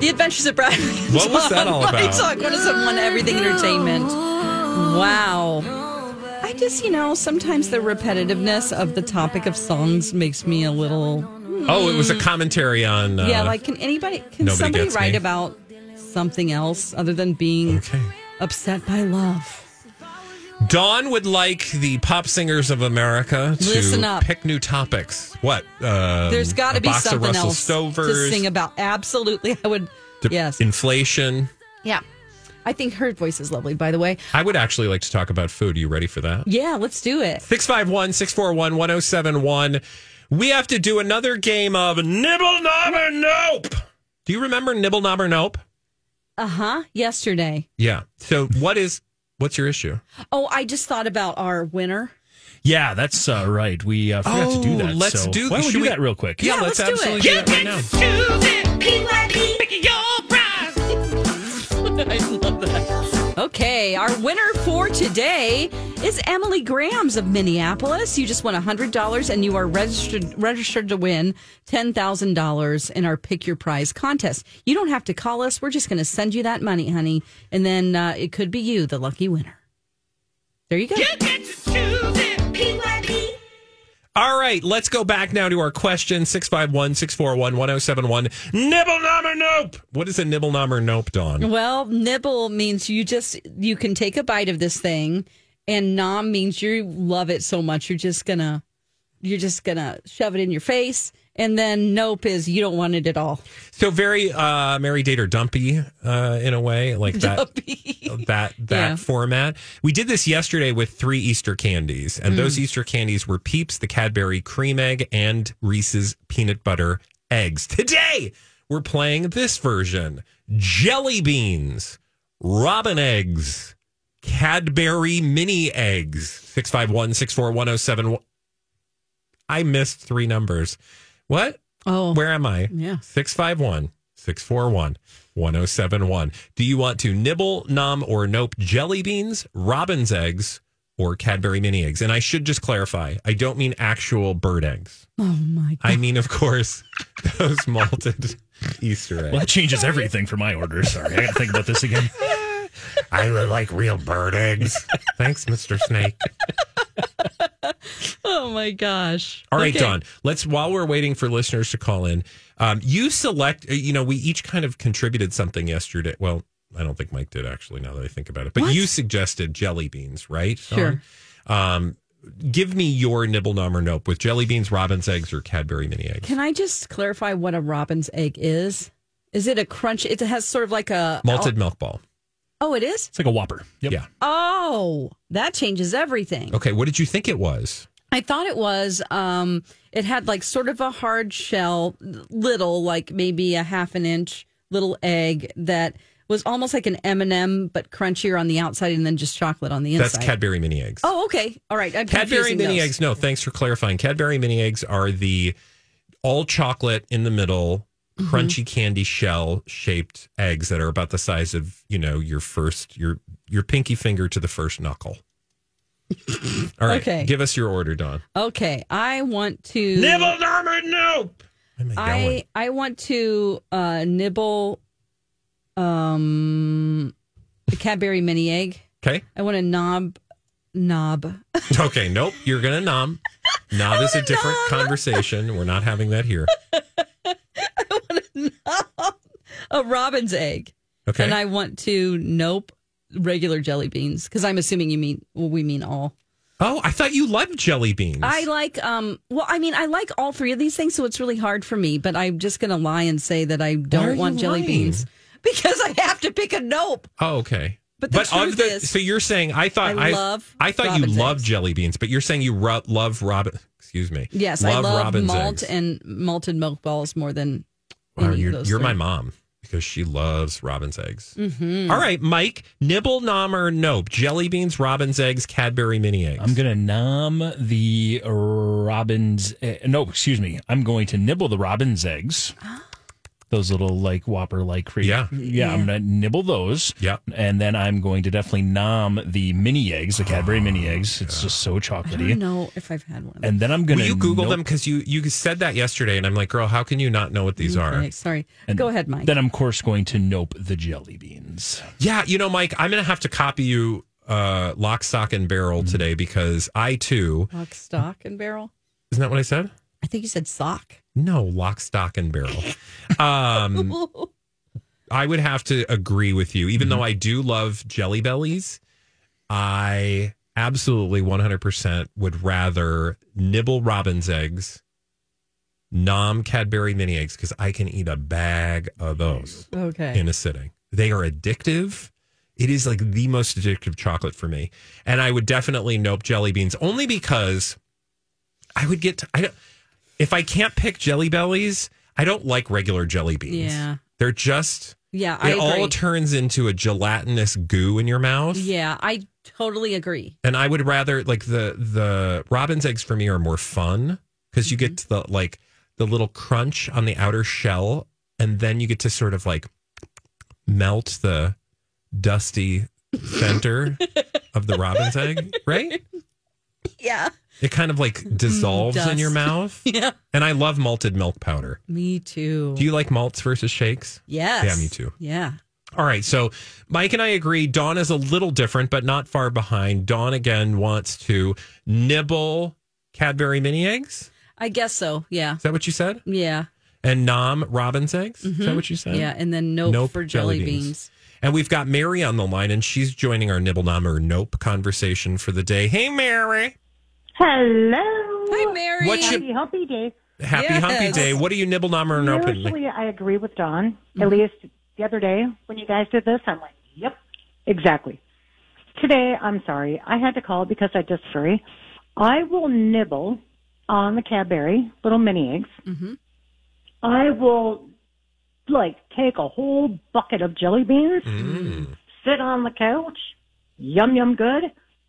The Adventures of Brad. and What was that Tom all on My about? Talk 1071 Everything Entertainment. Wow. I just, you know, sometimes the repetitiveness of the topic of songs makes me a little. Oh, it was a commentary on. Uh, yeah, like, can anybody, can nobody somebody gets write me. about something else other than being Okay. upset by love? Dawn would like the pop singers of America to Listen up. pick new topics. What? Um, There's got a to be box of something Russell else Stovers, to sing about. Absolutely. I would, to- yes. Inflation. Yeah. I think her voice is lovely, by the way. I would actually like to talk about food. Are you ready for that? yeah, let's do it. 651 641 1071. We have to do another game of Nibble Knob or Nope. Do you remember Nibble Knob or Nope? Uh huh. Yesterday. Yeah. So, what is, what's your issue? Oh, I just thought about our winner. Yeah, that's uh, right. We uh, forgot to do that. Oh, Let's so do Why don't we should do that real quick? Yeah, Yeah, let's, let's do absolutely it. do, that right now. Okay, our winner for today is Emily Grams of Minneapolis. You just won $100 and you are registered registered to win $10,000 in our Pick Your Prize contest. You don't have to call us. We're just going to send you that money, honey, and then uh, it could be you, the lucky winner. There you go. All right, let's go back now to our question 651 641 1071. Nibble Knob or Nope. What is a Nibble Knob or Nope, Dawn? Well, nibble means you just you can take a bite of this thing, and nom means you love it so much you're just gonna you're just gonna shove it in your face, and then nope is you don't want it at all. So, very uh, Mary Date or Dumpy uh, in a way, like that. that that Yeah. format. We did this yesterday with three Easter candies, and those Easter candies were Peeps, the Cadbury cream egg, and Reese's peanut butter eggs. Today we're playing this version: jelly beans, robin eggs, Cadbury mini eggs. Six five one six four one zero seven. I missed three numbers. What? Oh, Where am I? Yeah. 651 641 1071. Do you want to nibble, nom, or nope jelly beans, robin's eggs, or Cadbury mini eggs? And I should just clarify I don't mean actual bird eggs. oh my god! I mean, of course, those malted Easter Well, eggs. that changes everything for my order. Sorry, I got to think about this again. I would like real bird eggs. Thanks, Mr. Snake. Oh my gosh! All right, Okay. Don. Let's while we're waiting for listeners to call in. Um, you select. uh, You know, we each kind of contributed something yesterday. Well, I don't think Mike did actually. Now that I think about it, but What? you suggested jelly beans, right? Sure. Dawn? Um, give me your nibble nom or nope with jelly beans, robin's eggs, or Cadbury mini eggs. Can I just clarify what a robin's egg is? Is it a crunch? It has sort of like a Malted milk ball. Oh, it is. It's like a Whopper. Yep. Yeah. Oh, that changes everything. Okay. What did you think it was? I thought it was. Um, it had like sort of a hard shell, little, like maybe a half an inch little egg that was almost like an M and m but crunchier on the outside and then just chocolate on the inside. That's Cadbury mini eggs. Oh, okay. All right. I'm Cadbury confusing mini those. eggs. No, thanks for clarifying. Cadbury mini eggs are the all chocolate in the middle, Mm-hmm. crunchy candy shell shaped eggs that are about the size of you know your first your your pinky finger to the first knuckle. all right, Okay. give us your order, Don. Okay. I want to Nibble, Norman, nope. Am I yelling? I I want to uh, nibble um the Cadbury mini egg. Okay, I want to knob knob. okay, nope. You're gonna nom. Nom is a different conversation. We're not having that here. I want to knob a robin's egg. Okay. And I want to nope regular jelly beans because I'm assuming you mean well, we mean all. oh, I thought you loved jelly beans. I like um well I mean I like all three of these things so it's really hard for me but I'm just going to lie and say that I are don't want you jelly lying? beans because I have to pick a nope. oh, okay. But the truth is, so you're saying I thought I Uh, I, love I thought robin's you love eggs. jelly beans, but you're saying you ro- love robin. Excuse me. Yes, I love robin's malt eggs. and malted milk balls more than Wow, any of you're those Mm-hmm. you're my three. mom because she loves robin's eggs. Mm. All right, Mike, nibble, nom, or nope? Jelly beans, robin's eggs, Cadbury mini eggs. I'm gonna nom the robin's. eh, No, excuse me. I'm going to nibble the robin's eggs. Those little like whopper like cre- Yeah. yeah. I'm gonna nibble those. Yeah. and then I'm going to definitely nom the mini eggs, the Cadbury mini eggs. It's just I so don't chocolatey. know if I've had one. of And then I'm gonna Will you Google nope- them because you you said that yesterday, and I'm like, girl, how can you not know what these those. are? Okay, sorry. and Go ahead, Mike. Then I'm of course going to nope the jelly beans. Yeah, you know, Mike, I'm gonna have to copy you uh lock, stock, and barrel Mm. today because I too Lock, stock, and barrel. isn't that what I said? I think you said sock. No, lock, stock, and barrel. Um, I would have to agree with you, even though I do love Jelly Bellies. I absolutely 100% would rather nibble robin's eggs, nom Cadbury mini eggs, because I can eat a bag of those Okay. in a sitting. They are addictive. It is like the most addictive chocolate for me. And I would definitely nope jelly beans only because I would get, to, I don't, if I can't pick jelly bellies, I don't like regular jelly beans. Yeah. They're just, yeah, I it all agree. turns into a gelatinous goo in your mouth. yeah, I totally agree. And I would rather like the, the robin's eggs for me are more fun because you get Mm-hmm. to the, like the little crunch on the outer shell. And then you get to sort of like melt the dusty center of the robin's egg, right? Yeah. It kind of like dissolves in your Mm, dust. mouth. Yeah. And I love malted milk powder. Me too. Do you like malts versus shakes? yes. Yeah, me too. Yeah. All right. So Mike and I agree. Dawn is a little different, but not far behind. Dawn again wants to nibble Cadbury mini eggs. I guess so. Yeah. Is that what you said? Yeah. And nom robin's eggs. Mm-hmm. Is that what you said? Yeah. And then nope, for jelly, beans. And we've got Mary on the line, and she's joining our nibble nom or nope conversation for the day. Hey, Mary. Hello. Hi, Mary. What's your Happy Humpy Day. Happy Yes. Humpy Day. What do you nibble nom or nope? Usually I agree with Don. At least the other day when you guys did this, I'm like, yep, exactly. Today, I'm sorry. I had to call because I just furry. I will nibble on the Cadbury little mini eggs. I will, like, take a whole bucket of jelly beans, sit on the couch, yum, yum, good,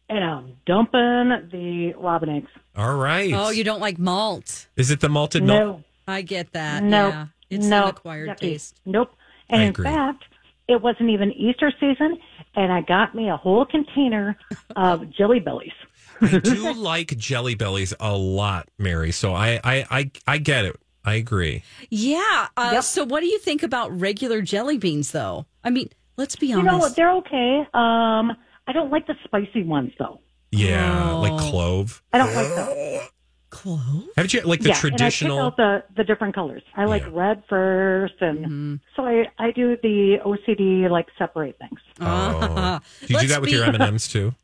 and I'm dumping the robin eggs. All right. Oh, you don't like malt. Is it the malted No. milk? I get that. No, Yeah. It's no, an acquired yucky. taste. Nope. And I in agree. fact, it wasn't even Easter season, and I got me a whole container of Jelly Bellies. I do like jelly bellies a lot, Mary. So I I I, I get it. I agree. Yeah. Uh, So, what do you think about regular jelly beans, though? I mean, let's be You honest. know what? They're okay. Um, I don't like the spicy ones though. Yeah, Oh. like clove. I don't like those. Clove? Haven't you like the yeah, traditional? And I pick out the the different colors. I like Yeah. red first, and Mm-hmm. so I I do the OCD like separate things. oh. Do you do Let's that with be- your M and M's too?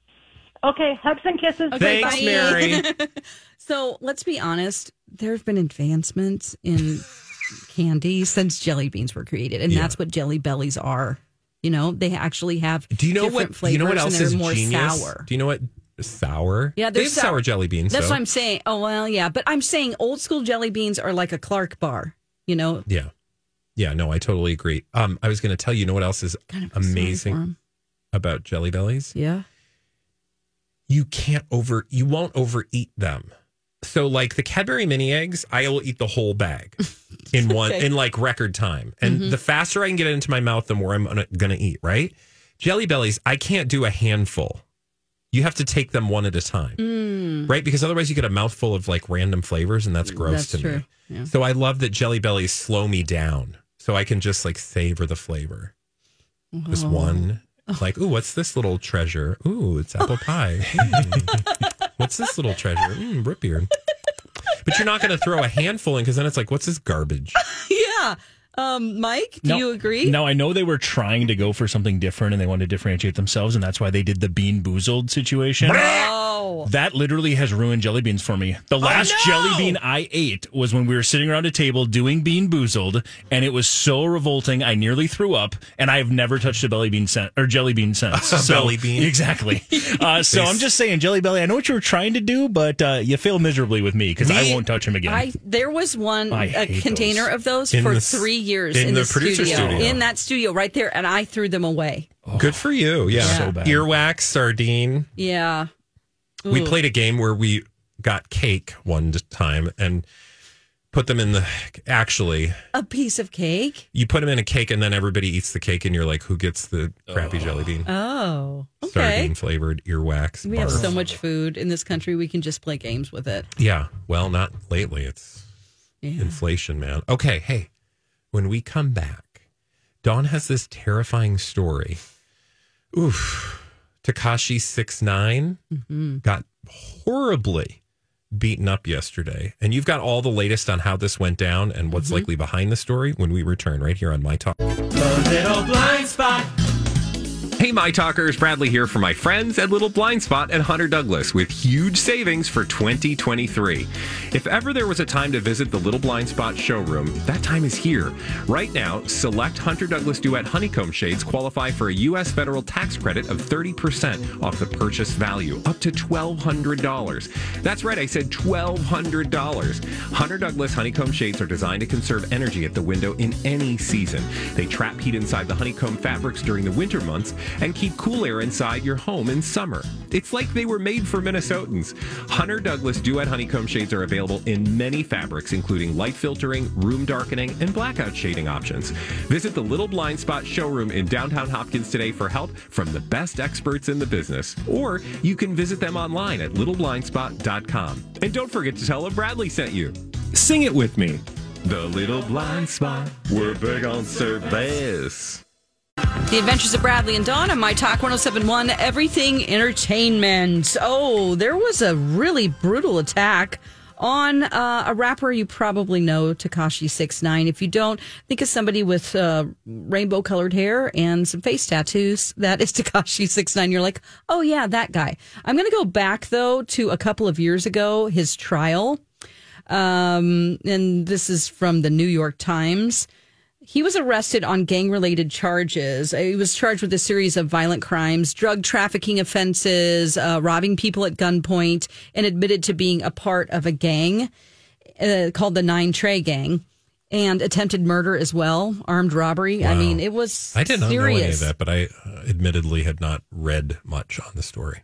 Okay, hugs and kisses. Okay, Thanks, bye. Mary. So let's be honest. There have been advancements in candy since jelly beans were created, and Yeah. that's what jelly bellies are. You know, they actually have. Do you know different what? You know what flavors, else and is they're more genius? sour. Do you know what sour? Yeah, they they're have sour. sour jelly beans. That's though. what I'm saying. Oh well, yeah, but I'm saying old school jelly beans are like a Clark bar. You know, Yeah, yeah. No, I totally agree. Um, I was going to tell you. You know what else is kind of amazing about jelly bellies? Yeah. you can't over you won't overeat them. So like the Cadbury mini eggs, I will eat the whole bag in one in like record time. And Mm-hmm. the faster I can get it into my mouth, the more I'm gonna, gonna eat, right? Jelly bellies, I can't do a handful. You have to take them one at a time. Mm. Right? Because otherwise you get a mouthful of like random flavors and that's That's gross to true. me. So I love that jelly bellies slow me down so I can just like savor the flavor. Just one. Like, ooh, what's this little treasure? Ooh, it's apple pie. Mm. what's this little treasure? Mm, root beer. But you're not going to throw a handful in because then it's like, what's this garbage? Yeah. Um, Mike, do Now- you agree? Now I know they were trying to go for something different and they wanted to differentiate themselves, and that's why they did the bean boozled situation. Oh, That literally has ruined jelly beans for me. The last no! jelly bean I ate was when we were sitting around a table doing bean boozled, and it was so revolting I nearly threw up, and I have never touched a belly bean sen- or jelly bean since. so, Belly bean. exactly. Uh, so I'm just saying, Jelly Belly, I know what you were trying to do, but uh, you fail miserably with me because I Me- won't touch him again. I there was one I a hate container those. of those In for the s- three years in in, the the, producer studio. in that studio right there, and I threw them away. Good for you. Yeah. So bad. Earwax, sardine. Yeah, We Ooh. played a game where we got cake one time and put them in the. Actually, a piece of cake. you put them in a cake and then everybody eats the cake and you're like, who gets the crappy jelly bean? Oh, okay. Sardine flavored earwax. We have barf. so much food in this country. We can just play games with it. Yeah. Well, not lately. It's Yeah. inflation, man. Okay. Hey, when we come back, Dawn has this terrifying story. Oof. Takashi six nine got horribly beaten up yesterday. And you've got all the latest on how this went down and what's likely behind the story when we return right here on My Talk. Hey, my talkers, Bradley here for my friends at Little Blind Spot and Hunter Douglas with huge savings for 2023. If ever there was a time to visit the Little Blind Spot showroom, that time is here. Right now, select Hunter Douglas Duet Honeycomb Shades qualify for a U.S. federal tax credit of 30% off the purchase value, up to $1,200. That's right, I said $1,200. Hunter Douglas Honeycomb Shades are designed to conserve energy at the window in any season. They trap heat inside the honeycomb fabrics during the winter months and keep cool air inside your home in summer. It's like they were made for Minnesotans. Hunter Douglas Duet Honeycomb Shades are available in many fabrics, including light filtering, room darkening, and blackout shading options. Visit the Little Blind Spot showroom in downtown Hopkins today for help from the best experts in the business. Or you can visit them online at littleblindspot.com. And don't forget to tell them Bradley sent you. Sing it with me. The Little Blind Spot. We're big on service. The Adventures of Bradley and Dawn on My Talk 1071 Everything Entertainment. Oh, there was a really brutal attack on uh, a rapper you probably know, Takashi Six Nine. If you don't, think of somebody with uh, rainbow colored hair and some face tattoos. That is Takashi Six Nine. You're like, oh, yeah, that guy. I'm going to go back, though, to a couple of years ago, his trial. Um, and this is from the New York Times he was arrested on gang related charges. He was charged with a series of violent crimes, drug trafficking offenses, uh, robbing people at gunpoint, and admitted to being a part of a gang uh, called the Nine Tray Gang and attempted murder as well, armed robbery. I mean, it was I did not serious. know any of that, but I uh, admittedly had not read much on the story.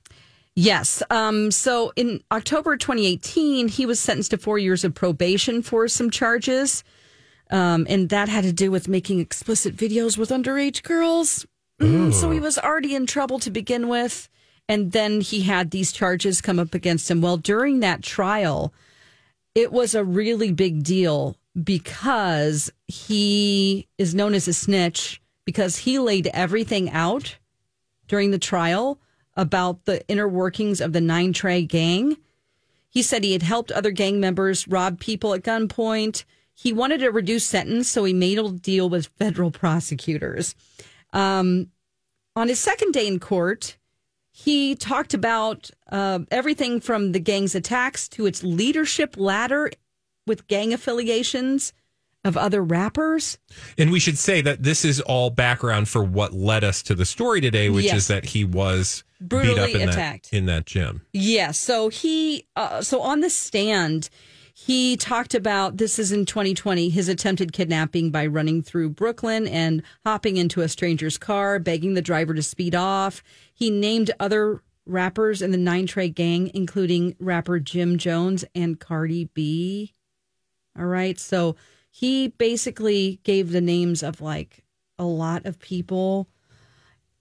Yes. Um, so in October 2018, he was sentenced to four years of probation for some charges. Um, and that had to do with making explicit videos with underage girls. Mm, so he was already in trouble to begin with. And then he had these charges come up against him. Well, during that trial, it was a really big deal because he is known as a snitch because he laid everything out during the trial about the inner workings of the Nine Tray Gang. He said he had helped other gang members rob people at gunpoint. He wanted a reduced sentence, so he made a deal with federal prosecutors. Um, on his second day in court, he talked about uh, everything from the gang's attacks to its leadership ladder with gang affiliations of other rappers. And we should say that this is all background for what led us to the story today, which Yes. is that he was beat up Brutally in attacked. that in that gym. Yeah. So he, uh, so on the stand, he talked about this is in 2020 his attempted kidnapping by running through Brooklyn and hopping into a stranger's car, begging the driver to speed off. He named other rappers in the Nine Tray Gang, including rapper Jim Jones and Cardi B. All right. So he basically gave the names of like a lot of people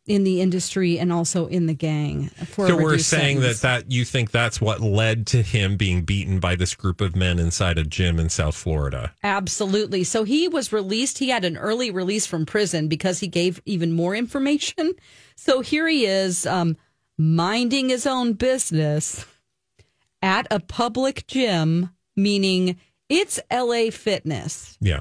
in the industry and also in the gang. For a So we're reduced saying sentence. that that you think that's what led to him being beaten by this group of men inside a gym in South Florida. Absolutely. So he was released. He had an early release from prison because he gave even more information. So here he is, um, minding his own business at a public gym, meaning it's LA Fitness. Yeah.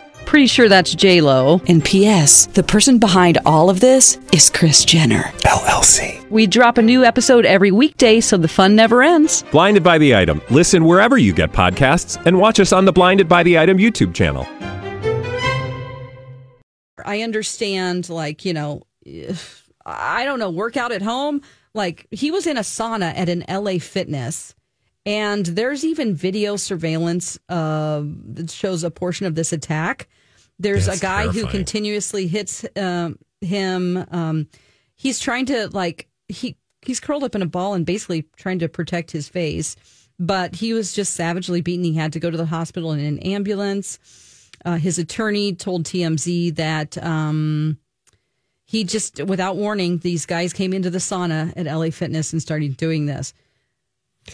Pretty sure that's J Lo. And P.S. The person behind all of this is Chris Jenner LLC. We drop a new episode every weekday, so the fun never ends. Blinded by the Item. Listen wherever you get podcasts and watch us on the Blinded by the Item YouTube channel. I understand, like you know, if- I don't know, workout at home. Like he was in a sauna at an L.A. Fitness, and there's even video surveillance uh, that shows a portion of this attack. There's That's a guy who terrifying. continuously hits um, him. Um, he's trying to like he he's curled up in a ball and basically trying to protect his face, but he was just savagely beaten. He had to go to the hospital in an ambulance. Uh, his attorney told TMZ that um, he just, without warning, these guys came into the sauna at LA Fitness and started doing this.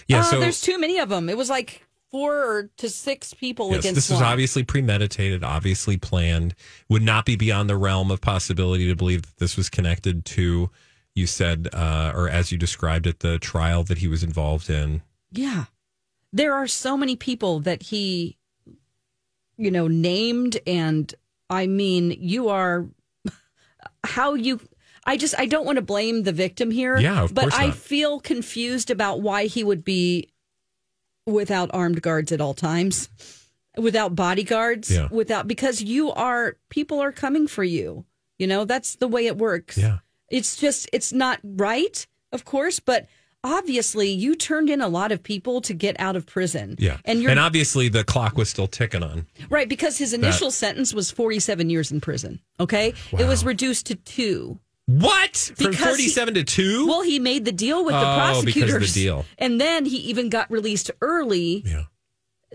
Yeah, Uh, so there's too many of them. It was like four to six people yes, against this was one. obviously premeditated, obviously planned. Would not be beyond the realm of possibility to believe that this was connected to, you said, uh, or as you described it, the trial that he was involved in. Yeah. There are so many people that he, you know, named. And I mean, you are how you. I just, I don't want to blame the victim here. Yeah, of But course I not. feel confused about why he would be without armed guards at all times, without bodyguards, Yeah. without, because you are, people are coming for you. You know, that's the way it works. Yeah. It's just, it's not right, of course, but obviously you turned in a lot of people to get out of prison. Yeah. And you're obviously the clock was still ticking on. right because his initial sentence was 47 years in prison. Okay. It was Wow. reduced to two. What? From Because he- 37 to 2? Well, he made the deal with the Oh, because of the prosecutors. deal. And then he even got released early. yeah.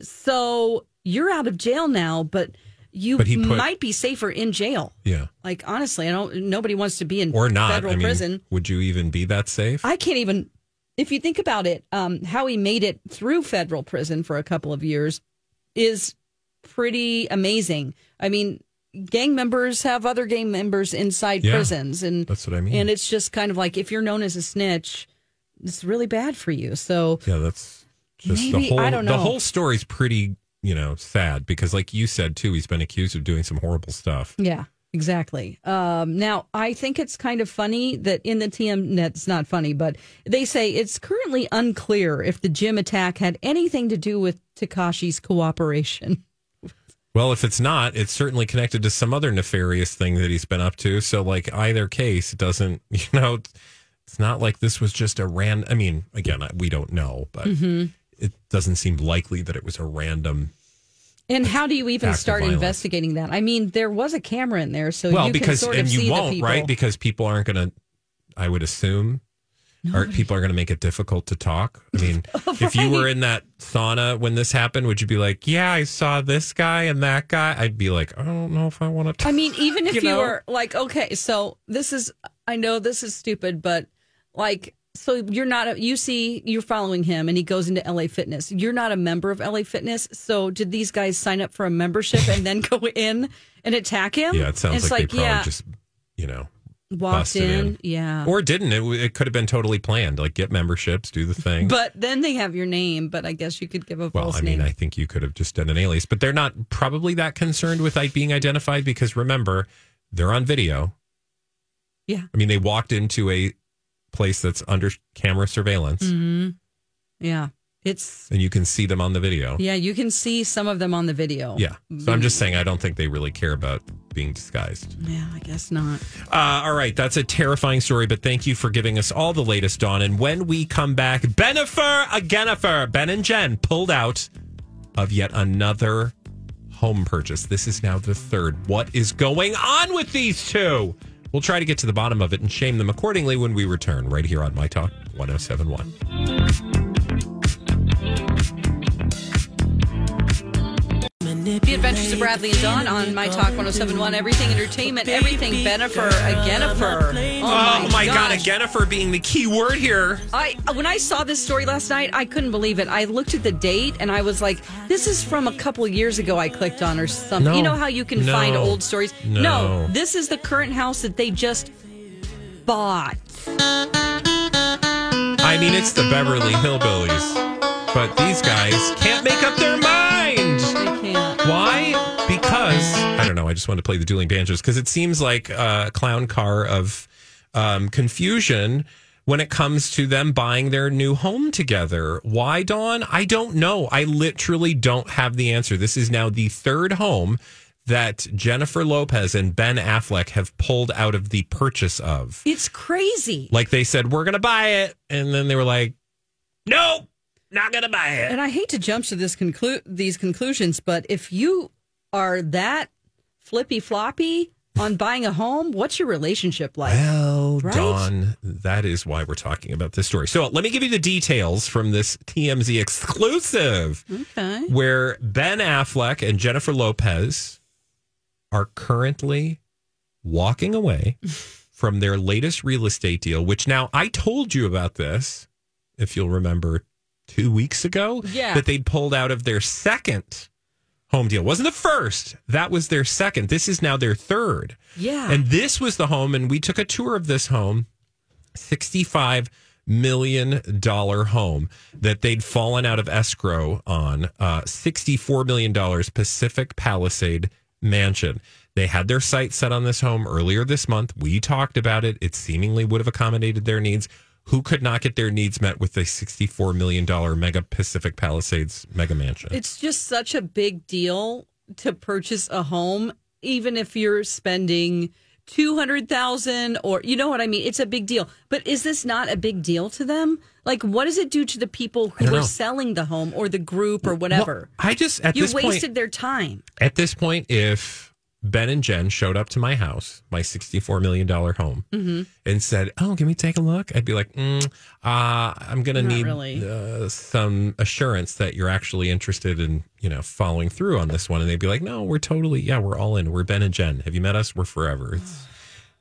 So you're out of jail now, but you But he put- might be safer in jail. Yeah. Like honestly, I don't. Nobody wants to be in Or not. federal I mean, prison. would you even be that safe? I can't even, if you think about it, um, how he made it through federal prison for a couple of years is pretty amazing. I mean, gang members have other gang members inside Yeah. prisons, and That's what I mean. and it's just kind of like if you're known as a snitch, it's really bad for you. So Yeah, that's just the Maybe- whole. I don't The know. whole story's pretty, you know, sad because, like you said too, he's been accused of doing some horrible stuff. Yeah, exactly. Um, now, I think it's kind of funny that in the TM net, it's not funny, but they say it's currently unclear if the gym attack had anything to do with Takashi's cooperation. Well, if it's not, it's certainly connected to some other nefarious thing that he's been up to. So, like either case, it doesn't, you know, it's not like this was just a ran. I mean, again, I- we don't know, but Mm-hmm. it doesn't seem likely that it was a random. And how do you even Act of start violence. investigating that? I mean, there was a camera in there, so well, you because can sort and of see you the won't, people. right? Because people aren't going to. I would assume. Or people are going to make it difficult to talk. I mean, if you were in that sauna when this happened, would you be like, "Yeah, I saw this guy and that guy"? I'd be like, "I don't know if I want to." I mean, even if You you, know? were like, okay, so this is, I know this is stupid, but like, so you're not, a, you see, you're following him and he goes into LA Fitness. You're not a member of LA Fitness. So did these guys sign up for a membership and then go in and attack him? yeah, it sounds It's like, they probably yeah, Uh. just, you know, walked busted in. in. Yeah. or didn't. It, w- it could have been totally planned. Like, get memberships, do the thing. but then they have your name, but I guess you could give a well, false I mean, name. I think you could have just done an alias, but they're not probably that concerned with like, being identified because remember, they're on video. Yeah. I mean, they walked into a place that's under camera surveillance, yeah. It's, and you can see them on the video. yeah, you can see some of them on the video. Yeah. So I'm just saying, I don't think they really care about being disguised. Yeah, I guess not. Uh, all right. That's a terrifying story, but thank you for giving us all the latest, Dawn. And when we come back, Benifer, Agenifer, Ben and Jen pulled out of yet another home purchase. This is now the third. What is going on with these two? We'll try to get to the bottom of it and shame them accordingly when we return right here on My Talk 1071. The Adventures of Bradley and Dawn on My Talk 1071. Everything entertainment, everything Benifer, Agenifer. Oh Oh, my gosh. God, again for being the key word here. I uh, when I saw this story last night, I couldn't believe it. I looked at the date and I was like, "This is from a couple years ago." I clicked on or something. No. You know how you can No. find old stories. No. this is the current house that they just bought. I mean, it's the Beverly Hillbillies, but these guys can't make up their mind. They can't. Why? Because I don't know. I just want to play the dueling banjos because it seems like a clown car of um, confusion when it comes to them buying their new home together. Why, Dawn? I don't know. I literally don't have the answer. This is now the third home that Jennifer Lopez and Ben Affleck have pulled out of the purchase of. It's crazy. Like they said, we're going to buy it. And then they were like, nope, not going to buy it. And I hate to jump to this conclu- these conclusions, but if you are that flippy floppy on buying a home, what's your relationship like? Well, Right? Dawn, that is why we're talking about this story. So let me give you the details from this TMZ exclusive Okay. where Ben Affleck and Jennifer Lopez are currently walking away from their latest real estate deal, which now I told you about this, if you'll remember two weeks ago, Yeah. that they'd pulled out of their second home deal. Wasn't the first, that was their second. This is now their third. Yeah. And this was the home, and we took a tour of this home, $65 million home that they'd fallen out of escrow on, uh, $64 million Pacific Palisade Mansion. They had their sights set on this home earlier this month. We talked about it. It seemingly would have accommodated their needs. Who could not get their needs met with a $64 million mega Pacific Palisades mega mansion? It's just such a big deal to purchase a home, even if you're spending two hundred thousand or you know what I mean. It's a big deal. But is this not a big deal to them? Like, what does it do to the people who don't are know. selling the home or the group or whatever? Well, I just, at you this wasted point, their time. at this point, if Ben and Jen showed up to my house, my $64 million home, Mm-hmm. and said, Oh, can we take a look? I'd be like, mm, uh, I'm going to Not need really. uh, some assurance that you're actually interested in, you know, following through on this one. And they'd be like, No, we're totally, yeah, we're all in. We're Ben and Jen. Have you met us? We're forever. It's,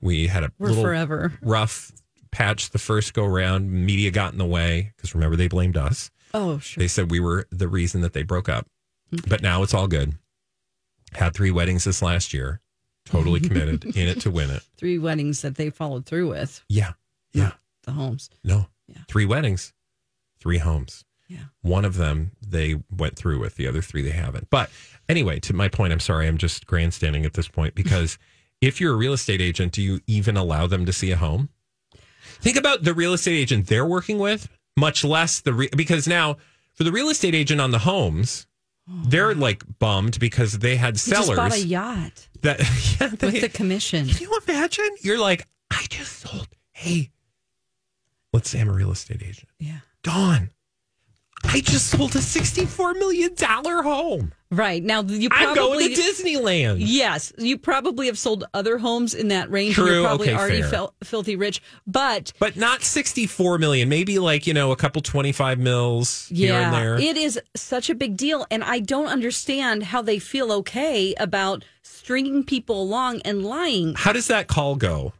we had a We're little forever. rough patch the first go round. Media got in the way because remember, they blamed us. Oh, sure. They said we were the reason that they broke up, but now it's all good. Had three weddings this last year, totally committed, in it to win it. Three weddings that they followed through with Yeah, yeah, the homes. no, Yeah. three weddings, three homes. Yeah. One of them they went through with, the other three they haven't. But anyway, to my point, I'm sorry, I'm just grandstanding at this point because if you're a real estate agent, do you even allow them to see a home? Think about the real estate agent they're working with, much less the re- because now for the real estate agent on the homes, they're like bummed because they had You Oh. just bought a sellers yacht that yeah, with they- the commission. can you imagine? You're like, I just sold. Hey, let's say I'm a real estate agent. Yeah. Dawn, I just sold a $64 million home. Right. Now you probably I'm going to Disneyland. Yes, you probably have sold other homes in that range. and True, You're probably okay, already fair. fel- filthy rich, but But not 64 million, maybe like, you know, a couple 25 mils here and yeah, there. it is such a big deal, and I don't understand how they feel okay about stringing people along and lying How does that call go?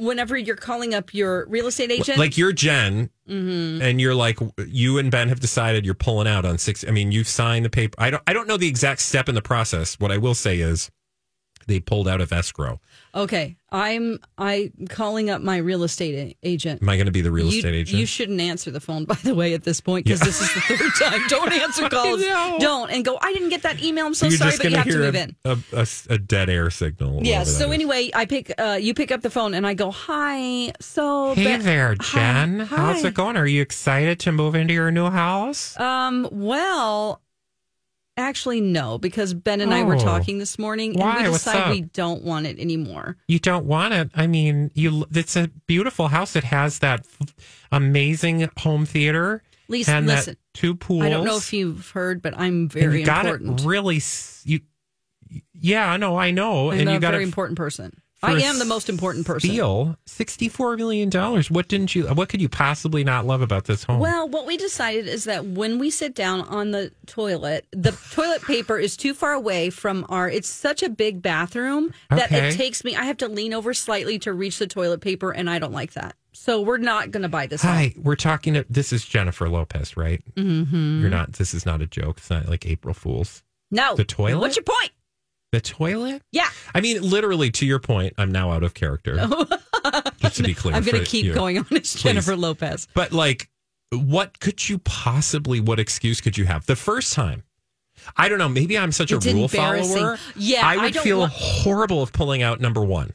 whenever you're calling up your real estate agent. Mm-hmm. Like you're Jen, and you're like you and Ben have decided you're pulling out on six. I mean, you've signed the paper. I don't. I don't know the exact step in the process. What I will say is, they pulled out of escrow. okay, I'm I calling up my real estate a- agent. Am I going to be the real you, estate agent? You shouldn't answer the phone, by the way, at this point, because this is the third time. Don't answer calls. know. Don't and go. I didn't get that email. I'm so sorry, but you gonna have to move in. a, a- a- a dead air signal. Yeah. whatever that So is. anyway, I pick. Uh, you pick up the phone, and I go, "Hi." So Hey Ben- there, Hi. Jen. Hi. How's it going? Are you excited to move into your new house? Um. Well, actually, no, because Ben and I were Oh. talking this morning, and Why? we What's decide up? we don't want it anymore. you don't want it. I mean, you. It's a beautiful house. It has that f- amazing home theater. Lisa, and listen. that two pools. I don't know if you've heard, but I'm and very you got important. it really. s- You, yeah, I know, I know, I'm and a you got very it important person. for I am the most important person. Deal sixty-four million dollars. What didn't you? What could you possibly not love about this home? Well, what we decided is that when we sit down on the toilet, the toilet paper is too far away from our. It's such a big bathroom that Okay. it takes me. I have to lean over slightly to reach the toilet paper, and I don't like that. So we're not going to buy this. home. Hi, we're talking. This is Jennifer Lopez, right? Mm-hmm. You're not. This is not a joke. It's not like April Fools. No. The toilet? What's your point? The toilet. Yeah. I mean, literally. To your point, I'm now out of character. Just to be clear, I'm going for to keep you. going on as Jennifer Lopez. But like, what could you possibly? What excuse could you have? The first time, I don't know. Maybe I'm such It's a rule embarrassing. follower. Yeah, I I would don't feel want- horrible of pulling out number one.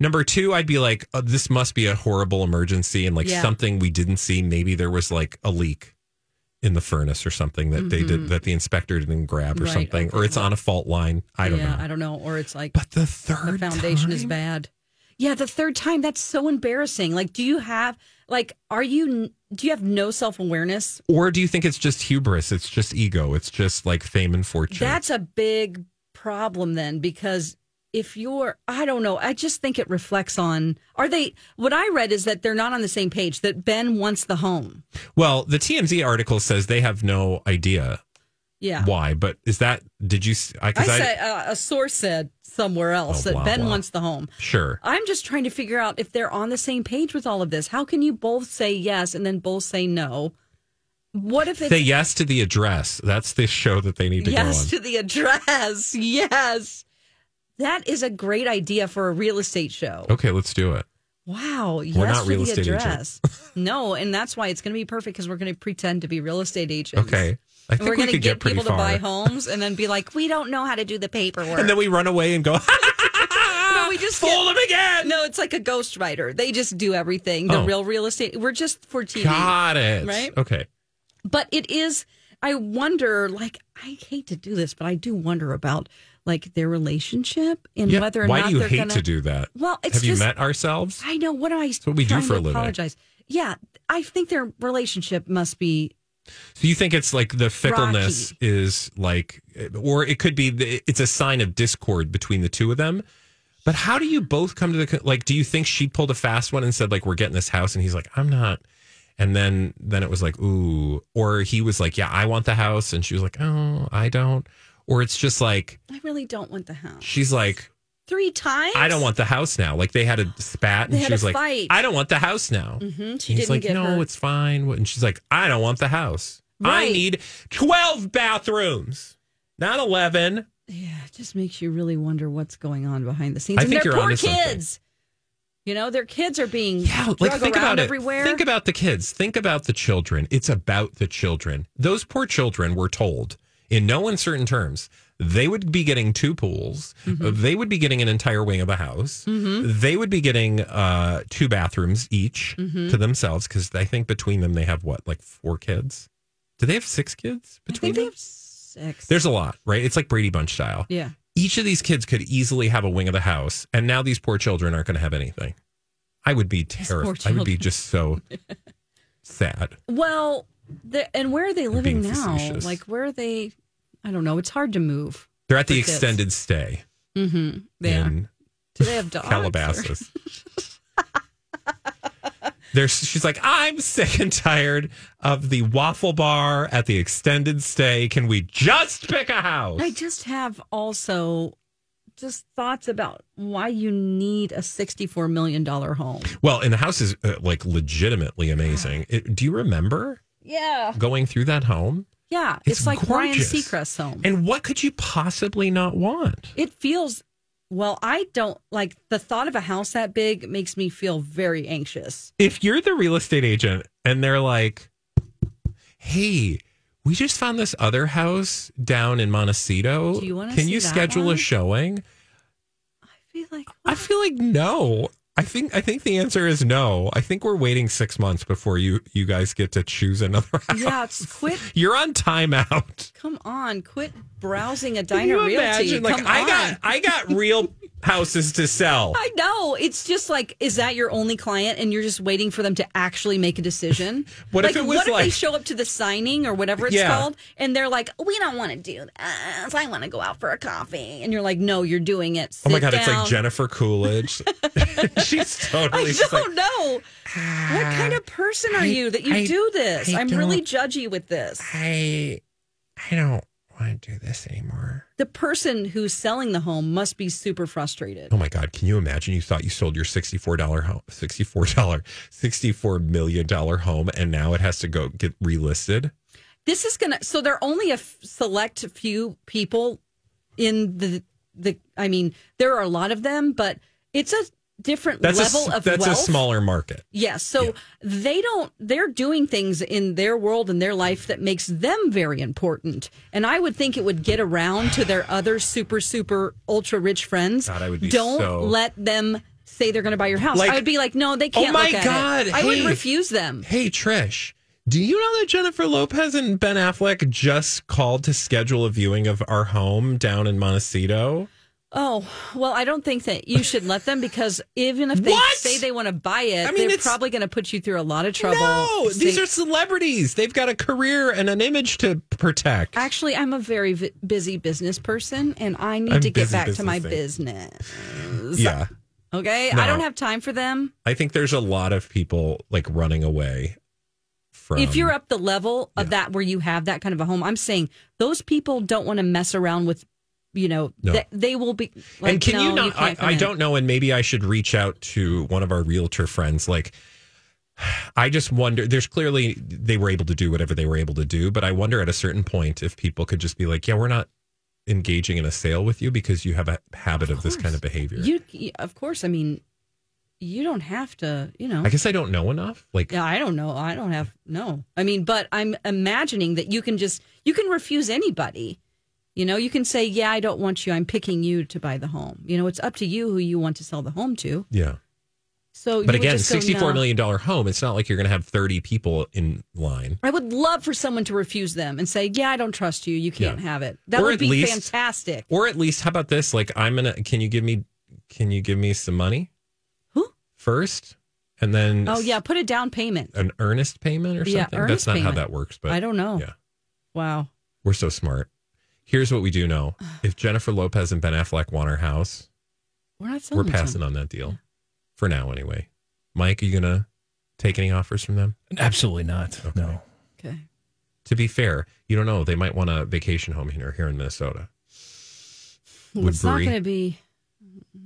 Number two, I'd be like, oh, this must be a horrible emergency and like Yeah. something we didn't see. Maybe there was like a leak in the furnace or something that they did that the inspector didn't grab Mm-hmm. or Right, something, or okay, it's on a fault line. I don't yeah, know. I don't know. Or it's like But the third the foundation is time? bad. Yeah, the third time that's so embarrassing. Like, do you have like are you do you have no self awareness? Or do you think it's just hubris? It's just ego. It's just like fame and fortune. That's a big problem then because if you're I don't know, I just think it reflects on are they what I read is that they're not on the same page that Ben wants the home. well, the TMZ article says they have no idea Yeah. why. But is that? Did you? s- I, I 'cause I, said uh, a source said somewhere else Oh, that blah, Ben blah. wants the home. sure. I'm just trying to figure out if they're on the same page with all of this. How can you both say yes and then both say no? What if it's Say yes to the address. That's the show that they need to yes go on. to the address? Yes. That is a great idea for a real estate show. okay, let's do it. Wow. Yes not to real the estate agents. address. no, and that's why it's going to be perfect because we're going to pretend to be real estate agents. Okay. I And think we're we going to could get get pretty people to far. buy homes and then be like, we don't know how to do the paperwork. And then we run away and go, no, we just fool get- them again. No, it's like a ghostwriter. They just do everything. The Oh. real real estate. We're just for TV. Got it. Right? Okay. But it is, I wonder, like, I hate to do this, but I do wonder about like their relationship and Yeah. whether or Why not do you they're hate gonna, to do that? Well, it's Have you just- met ourselves? I know. What am I? That's what we do for a living. Apologize. Yeah, I think their relationship must be So you think it's like the fickleness is like, or it could be the, it's a sign of discord between the two of them. But how do you both come to the con- like? Do you think she pulled a fast one and said like, "We're getting this house," and he's like, "I'm not," and then then it was like, "Ooh," or he was like, "Yeah, I want the house," and she was like, "Oh, I don't," or it's just like I really don't want the house. she's like, Three times. "I don't want the house now." Like they had a spat, They and had she a was like, fight. "I don't want the house now." Mhm, She he's didn't like, get no, her. it's fine. What- And she's like, I don't want the house. I Right. need 12 bathrooms, not 11. Yeah, it just makes you really wonder what's going on behind the scenes. I and think they're you're poor onto something. kids. You know, their kids are being Yeah, like drug think around about it. everywhere. Think about the kids. Think about the children. It's about the children. Those poor children were told in no uncertain terms they would be getting two pools. uh, They would be getting an entire wing of a house. They would be getting uh, two bathrooms each to themselves because I think between them they have what, like four kids? Do they have six kids I think between they them? have six. There's a lot, right? It's like Brady Bunch style. yeah. Each of these kids could easily have a wing of the house, and now these poor children aren't going to have anything. I would be poor terrified. I would be children. just so sad. Well, the, and where are they living being now? facetious. Like, where are they? I don't know. It's hard to move. They're at the For kids. extended stay Mm-hmm. Yeah. in Do they have dogs? or- Calabasas. There's, she's like, I'm sick and tired of the waffle bar at the extended stay. Can we just pick a house? I just have also just thoughts about why you need a $64 million home. Well, and the house is uh, like legitimately amazing. It, do you remember Yeah. going through that home? Yeah. It's, It's like Ryan gorgeous. Seacrest's home. And what could you possibly not want? it feels, well, I don't like the thought of a house that big makes me feel very anxious. If you're the real estate agent and they're like, hey, we just found this other house down in Montecito. Do you wanna Can see you that schedule a one?" showing? I feel like, I feel like no. I think I think the answer is no. I think we're waiting six months before you you guys get to choose another house. yeah, it's quit. You're on timeout. Come on, quit browsing a Can diner you realty. imagine? Like Come I on. got I got real houses to sell. I know. It's just like, is that your only client, and you're just waiting for them to actually make a decision? What if like, it was what if they like- show up to the signing or whatever it's Yeah. called, and they're like, "We don't want to do this. I want to go out for a coffee," and you're like, "No, you're doing it." Oh my Sit god, it's like down." Jennifer Coolidge. she's I totally she's don't like, "Ah, know. What kind of person are you that you I- do this? I I'm really don't- judgy with this. I I don't want to do this anymore. The person who's selling the home must be super frustrated. Oh my god, can you imagine you thought you sold your $64 home, $64, $64 million dollar home and now it has to go get relisted? This is gonna. So there are only a f- select few people in the the. I mean, there are a lot of them, but it's a different That's level a, s- of that's wealth. a smaller market. Yes. So they don't, they're doing things in their world and their life that makes them very important. And I would think it would get around to their other super, super ultra rich friends. God, I would be don't so- let them say they're going to buy your house. Like- oh I would be like, no, they can't. my look at God, It. I would hey. refuse them. Hey Trish, do you know that Jennifer Lopez and Ben Affleck just called to schedule a viewing of our home down in Montecito? Oh, well, I don't think that you should let them because even if they What? say they want to buy it, I mean, they're it's- probably going to put you through a lot of trouble. No, Say- these are celebrities. They've got a career and an image to protect. Actually, I'm a very v- busy business person, and I need I'm to get busy back to my business business. yeah. Okay, No. I don't have time for them. I think there's a lot of people like running away from if you're up the level of that where you have that kind of a home, I'm saying those people don't want to mess around with, you know, No. th- they will be. Like, and can no, you not? I, can't come I in. don't know. And maybe I should reach out to one of our realtor friends. Like, I just wonder. There's clearly they were able to do whatever they were able to do, but I wonder at a certain point if people could just be like, "Yeah, we're not engaging in a sale with you because you have a habit of, this kind of behavior." You, you- of course. I mean, you don't have to. You know, I guess I don't know enough. Like, Yeah, I don't know. I don't have no. I mean, but I'm imagining that you can just you can refuse anybody. You know, you can say, "Yeah, I don't want you. I'm picking you to buy the home." You know, it's up to you who you want to sell the home to. yeah. So, But you would again, just go, sixty-four "No." million dollar home. It's not like you're going to have thirty people in line. I would love for someone to refuse them and say, "Yeah, I don't trust you. You can't Yeah. have it." That Or would at be least- fantastic. Or at least, how about this? Like, I'm gonna. Can you give me? Can you give me some money? Who? First, and then. Oh yeah, put a down payment. an earnest payment or something. Yeah, That's earnest not how payment. that works, but I don't know. Yeah. Wow. We're so smart. Here's what we do know. If Jennifer Lopez and Ben Affleck want our house, We're not we're selling passing on that deal. For now anyway. Mike, are you gonna take any offers from them? Absolutely not. No. Okay. To be fair, you don't know. They might want a vacation home here here in Minnesota. It's not Woodbury. going to be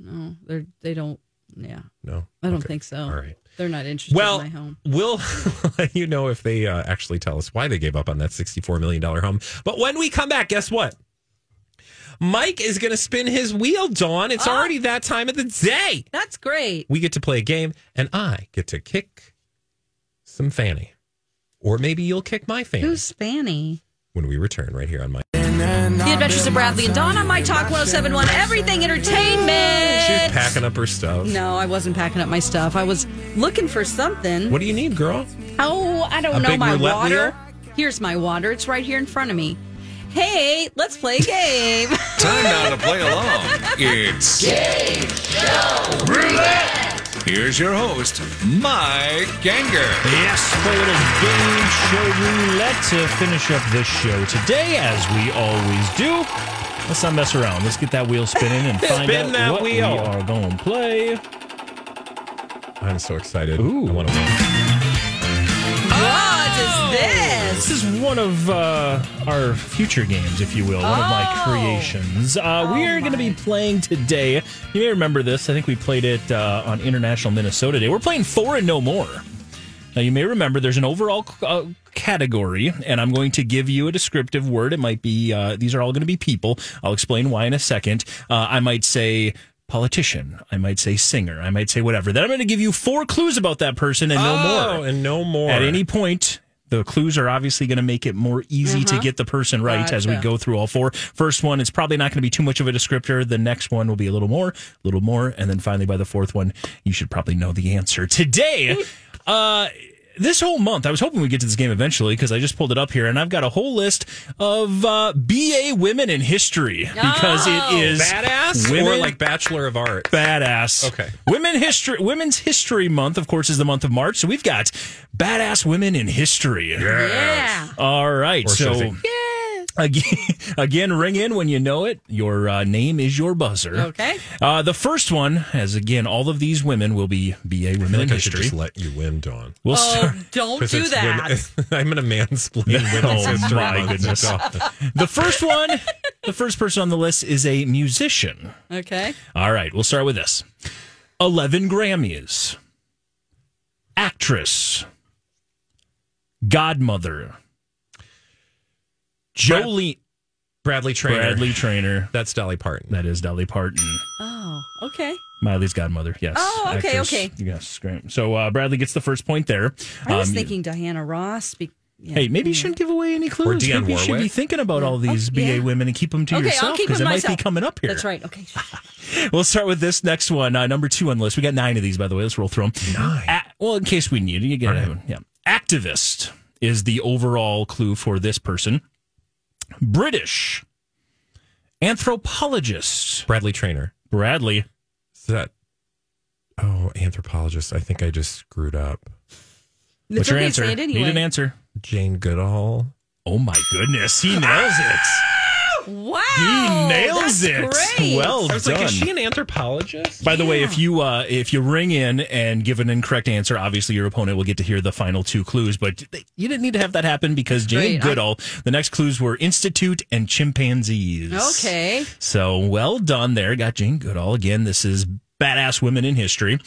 No, they they don't yeah. No. I don't Okay. think so. All right. They're not interested Well, in my home. we'll let you know if they uh, actually tell us why they gave up on that $64 million home. But when we come back, guess what? Mike is going to spin his wheel, Dawn. It's Oh. already that time of the day. That's great. We get to play a game, and I get to kick some fanny. Or maybe you'll kick my fanny Who's Fanny? when we return right here on my. The Adventures of Bradley and Dawn on My Talk 1071 Everything She's Entertainment. packing up her stuff. No, I wasn't packing up my stuff. I was looking for something. What do you need, girl? Oh, I don't A know big my roulette water. Here's my water. It's right here in front of me. Hey, let's play a game. Time now to play along. It's Game Show Roulette. Here's your host, Mike Ganger. Yes, play a little game show roulette to finish up this show today, as we always do. Let's not mess around. Let's get that wheel spinning and find Spin out that what wheel. we are going to play. I'm so excited. Ooh. I want to win. what is this? This is one of uh, our future games, if you will, one of my Oh. creations. Uh, we are going to be playing today. You may remember this. I think we played it uh, on International Minnesota Day. We're playing Four and No More. Now, you may remember there's an overall uh, category, and I'm going to give you a descriptive word. It might be, uh, these are all going to be people. I'll explain why in a second. Uh, I might say politician. I might say singer. I might say whatever. Then I'm going to give you four clues about that person and no more. Oh, and no more. At any point, the clues are obviously going to make it more easy to get the person right as we Mm-hmm. Gotcha. go through all four. First one, it's probably not going to be too much of a descriptor. The next one will be a little more, a little Mm. more. And then finally, by the fourth one, you should probably know the answer. Today, uh, this whole month, I was hoping we get to this game eventually because I just pulled it up here and I've got a whole list of uh, BA women in history because Oh. it is Badass or women- like Bachelor of Art? badass. Okay. Women history Women's History Month, of course, is the month of March. So we've got badass women in history. Yeah. All right. Or should so they? again, again, ring in when you know it. Your uh, name is your buzzer. Okay. Uh, the first one, as again, all of these women will be BA I feel women in like I should history. just let you win, Dawn. We'll start. Oh, don't 'Cause do it's that. women- I'm going to mansplain women's Oh, history. my month. goodness. Oh. The first one, the first person on the list is a musician. Okay. All right, we'll start with this 11 Grammys, actress, godmother, Jolie Bradley Trainer. Bradley Trainer. That's Dolly Parton. That is Dolly Parton, Oh, okay. Miley's godmother. Yes. Oh, okay, okay. Yes, great. So uh, Bradley gets the first point there. I was Um, thinking Diana Ross. Be- yeah. Hey, maybe you shouldn't give away any clues. Dionne maybe you should be Warwick. thinking about all these BA yeah. women and keep them to Okay, I'll yourself keep because it them might myself. be coming up here. That's right. Okay. We'll start with this next one. Uh, number two on the list. We got nine of these, by the way. Let's roll through them. Nine. well, in case we need it, you get it. Yeah. Activist is the overall clue for this person. British. Anthropologist. Bradley Trainer. Bradley. Is that? Oh, anthropologist. I think I just screwed up. What's It's your okay, answer? Say it anyway. Need an answer. Jane Goodall. Oh my goodness. He nails it. Wow. He nails that's it. Great. Well I was done. like, is she an anthropologist? By the way, if you uh, if you ring in and give an incorrect answer, obviously your opponent will get to hear the final two clues. But you didn't need to have that happen because Jane Right, I- Goodall. the next clues were institute and chimpanzees. Okay. So well done there. Got Jane Goodall again. This is badass women in history.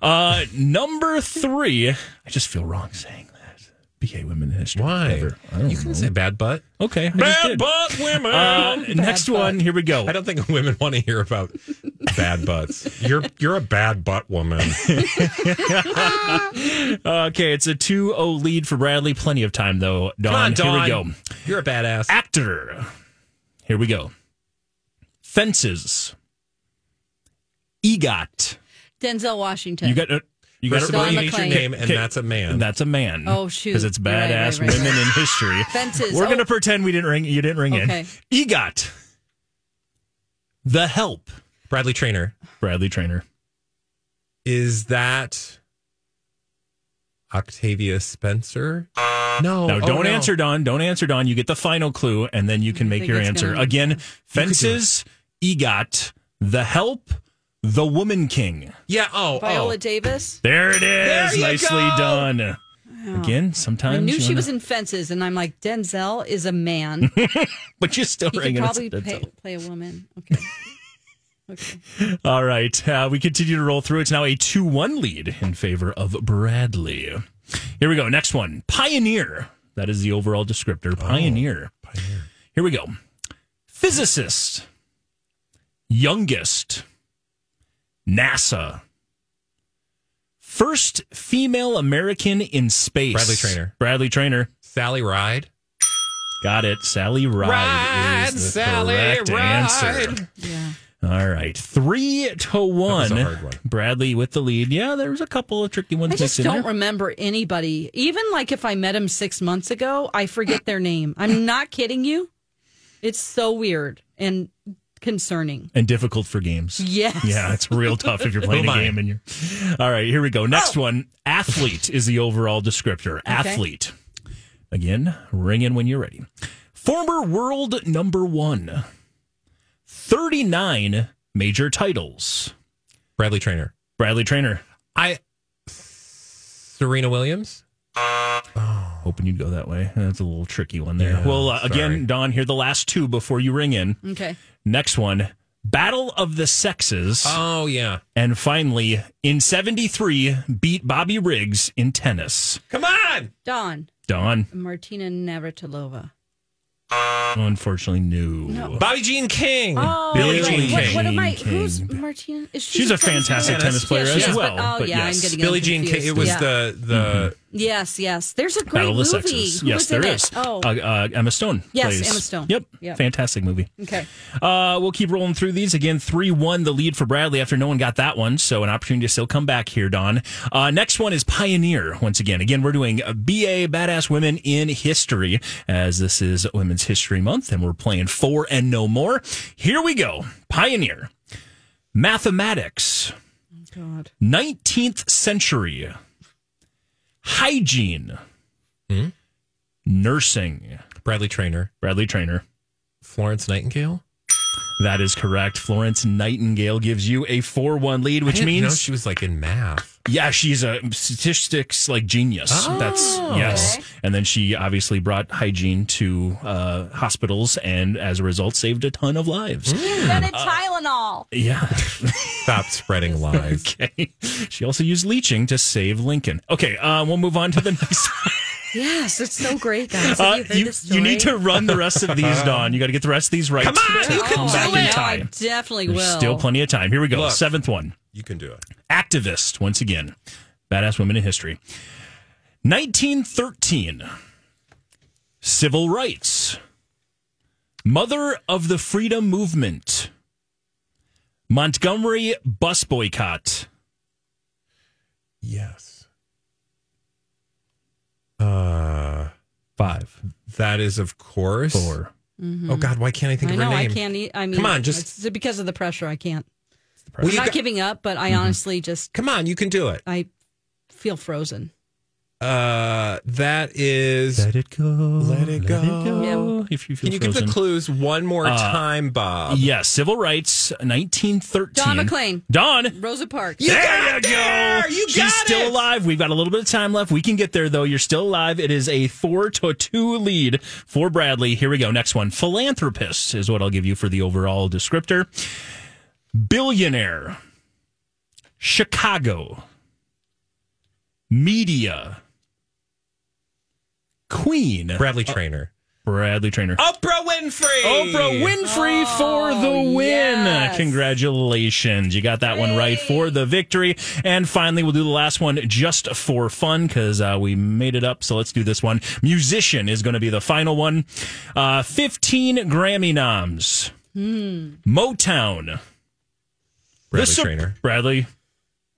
Uh, number three. I just feel wrong saying that. BA women in history. Why? Whatever. I don't you can know. say bad butt. okay. I just Bad did. butt women. Uh, next one. Here we go. I don't think women want to hear about bad butts. You're you're a bad butt woman. Uh, Okay, it's a 2-0 lead for Bradley. Plenty of time though. Dawn. Here we go. Ah, You're a badass. actor. Here we go. Fences. EGOT. Denzel Washington. You got uh, you got it Rest of all, right. you Don need your McLean. name, and Okay. that's a man. And that's a man. Oh, shoot. Because it's You're right, badass right, right, women in history. Fences. We're Oh. gonna pretend we didn't ring. You didn't ring Okay. in. EGOT. The Help. Bradley Trainer. Bradley Trainer. Is that Octavia Spencer? No. Now, oh, don't no. answer, Don. Don't answer, Don. You get the final clue, and then you can make think your it's answer. gonna- Again, fences, EGOT, the help, the woman king. Yeah. Oh. Viola oh. Davis. There it is. There you Nicely go. done. Again, I sometimes knew you she wanna- was in Fences, and I'm like, Denzel is a man. He but you're still could ringing. It's- probably that's pay, all. play a woman. Okay. okay. All right, uh, we continue to roll through. It's now a two-one lead in favor of Bradley. Here we go. Next one, pioneer. That is the overall descriptor. Pioneer. Oh, Pioneer. Here we go. Physicist. Youngest. NASA. First female American in space. Bradley Trainer. Bradley Trainer. Sally Ride. Got it. Sally Ride, Ride, is the Sally, correct ride. answer. Yeah. All right, three to one. was a hard one. Bradley with the lead. Yeah, there was a couple of tricky ones I mixed just in don't there. remember anybody. Even like if I met him six months ago, I forget their name. I'm not kidding you. It's so weird and concerning. and difficult for games. Yes. Yeah, it's real tough if you're playing a am I? game and you're. All right, here we go. Oh. Next one. Athlete is the overall descriptor. Athlete. Again, ring in when you're ready. Former world number one. 39 major titles. Bradley Trainer. Bradley Trainer. I. Serena Williams. Hoping you'd go that way. That's a little tricky one there. Yeah, well, uh, sorry. again, Don, here the last two before you ring in. Okay. Next one, Battle of the Sexes, Oh yeah. and finally in '73 beat Bobby Riggs in tennis. Come on. Don Don, Martina Navratilova. unfortunately, knew. Bobby Jean King. Oh, Billie right. Jean what, King. What am I? King. Who's Martina? Is she She's the a fantastic tennis tennis player Yeah, as she is, well, But, oh but yeah, yes. I'm getting Billie Jean King. It was yeah. the the Yes, yes. There's a great Battle of the movie. Sexes. Who Yes, was in there it? is. Oh, Uh, uh, Emma Stone. Yes, plays- Emma Stone. Yep. Yep. Fantastic movie. okay. Uh, we'll keep rolling through these again. 3 1, the lead for Bradley after no one got that one. So, an opportunity to still come back here, Don. Uh, next one is Pioneer once again. Again, we're doing uh, BA Badass Women in History, as this is Women's History Month, and we're playing Four and No More. Here we go Pioneer, Mathematics, God. 19th Century, Hygiene, Nursing, Bradley Trainer, Bradley Trainer. Florence Nightingale, That is correct. Florence Nightingale gives you a 4 1 lead, I which didn't know means, she was like in math. yeah, she's a statistics like genius. Oh, That's, yes. And then she obviously brought hygiene to uh, hospitals and as a result saved a ton of lives. Then it's Tylenol. Yeah. Stop spreading lies. Okay. She also used leeching to save Lincoln. Okay. Uh, we'll move on to the next. Yes, it's so great, guys. Uh, Have you heard you, this you need story? to run the rest of these, Don. You got to get the rest of these right. Come on, to you come can back do in it. I time. definitely will. There's still plenty of time. Here we go. Look. Seventh one. You can do it. activist once again badass women in history 1913 civil rights mother of the freedom movement montgomery bus boycott Yes. Uh, five that is of course. four Oh God, why can't I think Mm-hmm. I know. of her I name? can't eat. I mean, Come on, just- it's because of the pressure. I can't. Will I'm you not go- giving up, but I Mm-hmm. honestly just Come on, you can do it. I feel frozen. Uh, that is. it go Let it go. Yeah. if you feel Can you give frozen Uh, the clues one more time, Bob? yes civil rights 1913 Don McLean, don Rosa Parks. You there got you there! go. You She's got still it! alive. We've got a little bit of time left. We can get there though. You're still alive. It is a four to two lead for Bradley. Here we go. Next one. Philanthropist is what I'll give you for the overall descriptor. Billionaire. Chicago. Media. Queen. Bradley Trainer. Bradley Trainer. Oprah Winfrey. Oprah Winfrey for the win. Oh, yes. Congratulations. You got that one right for the victory. And finally, we'll do the last one just for fun because uh, we made it up. So let's do this one. Musician is going to be the final one. Uh, 15 Grammy noms. Hmm. Motown. Bradley Sup- Trainer. Bradley.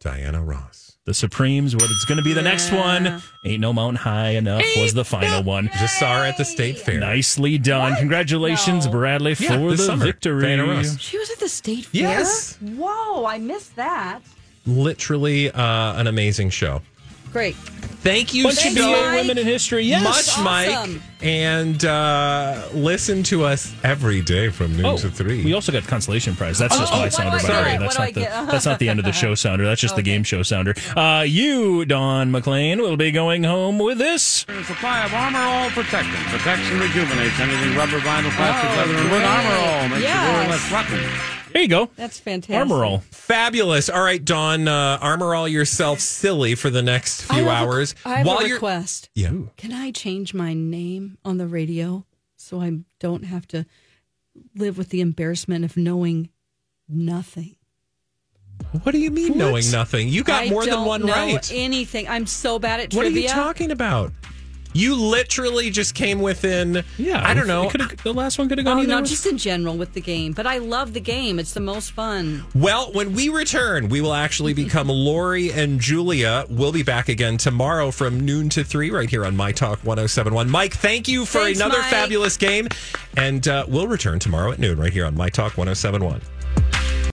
Diana Ross. The Supremes. What it's going to be the next one. Ain't No Mountain High Enough was the final one. Just saw her at the state fair. Nicely done. Congratulations, No. Bradley, Yeah, for the this summer. victory. Diana Ross. She was at the state fair. Yes. Whoa, I missed that. Literally uh, an amazing show. Great. Thank you Bunch of so you, BA Mike. women in history. Yes. much, Mike. awesome. And uh, listen to us every day from noon Oh, to three. We also got consolation prize. That's just Oh, my what do sounder, I by the way. get? That's What not do the I get? that's not the end of the show sounder. That's just the game show sounder. Uh, you, Don McLean, will be going home with this. Supply of Armor All Protection. Protects and rejuvenates anything rubber, vinyl, plastic, Oh, leather, and wood. great. Armor All makes the door Yes. less There you go. That's fantastic. Armor roll. Fabulous. All right, Dawn, uh, armor all yourself silly for the next I few have a- hours. I have While a you're- request. Yeah. Can I change my name on the radio so I don't have to live with the embarrassment of knowing nothing? What do you mean knowing nothing? You got I more than don't one know right. Anything? I'm so bad at What are trivia. you talking about? You literally just came within. Yeah. I don't know. It could've- the last one could have gone Oh, either no, way. just in general with the game. But I love the game. It's the most fun. Well, when we return, we will actually become Lori and Julia. We'll be back again tomorrow from noon to three right here on My Talk 1071. Mike, thank you for Thanks, another Mike. fabulous game. And uh, we'll return tomorrow at noon right here on My Talk 1071.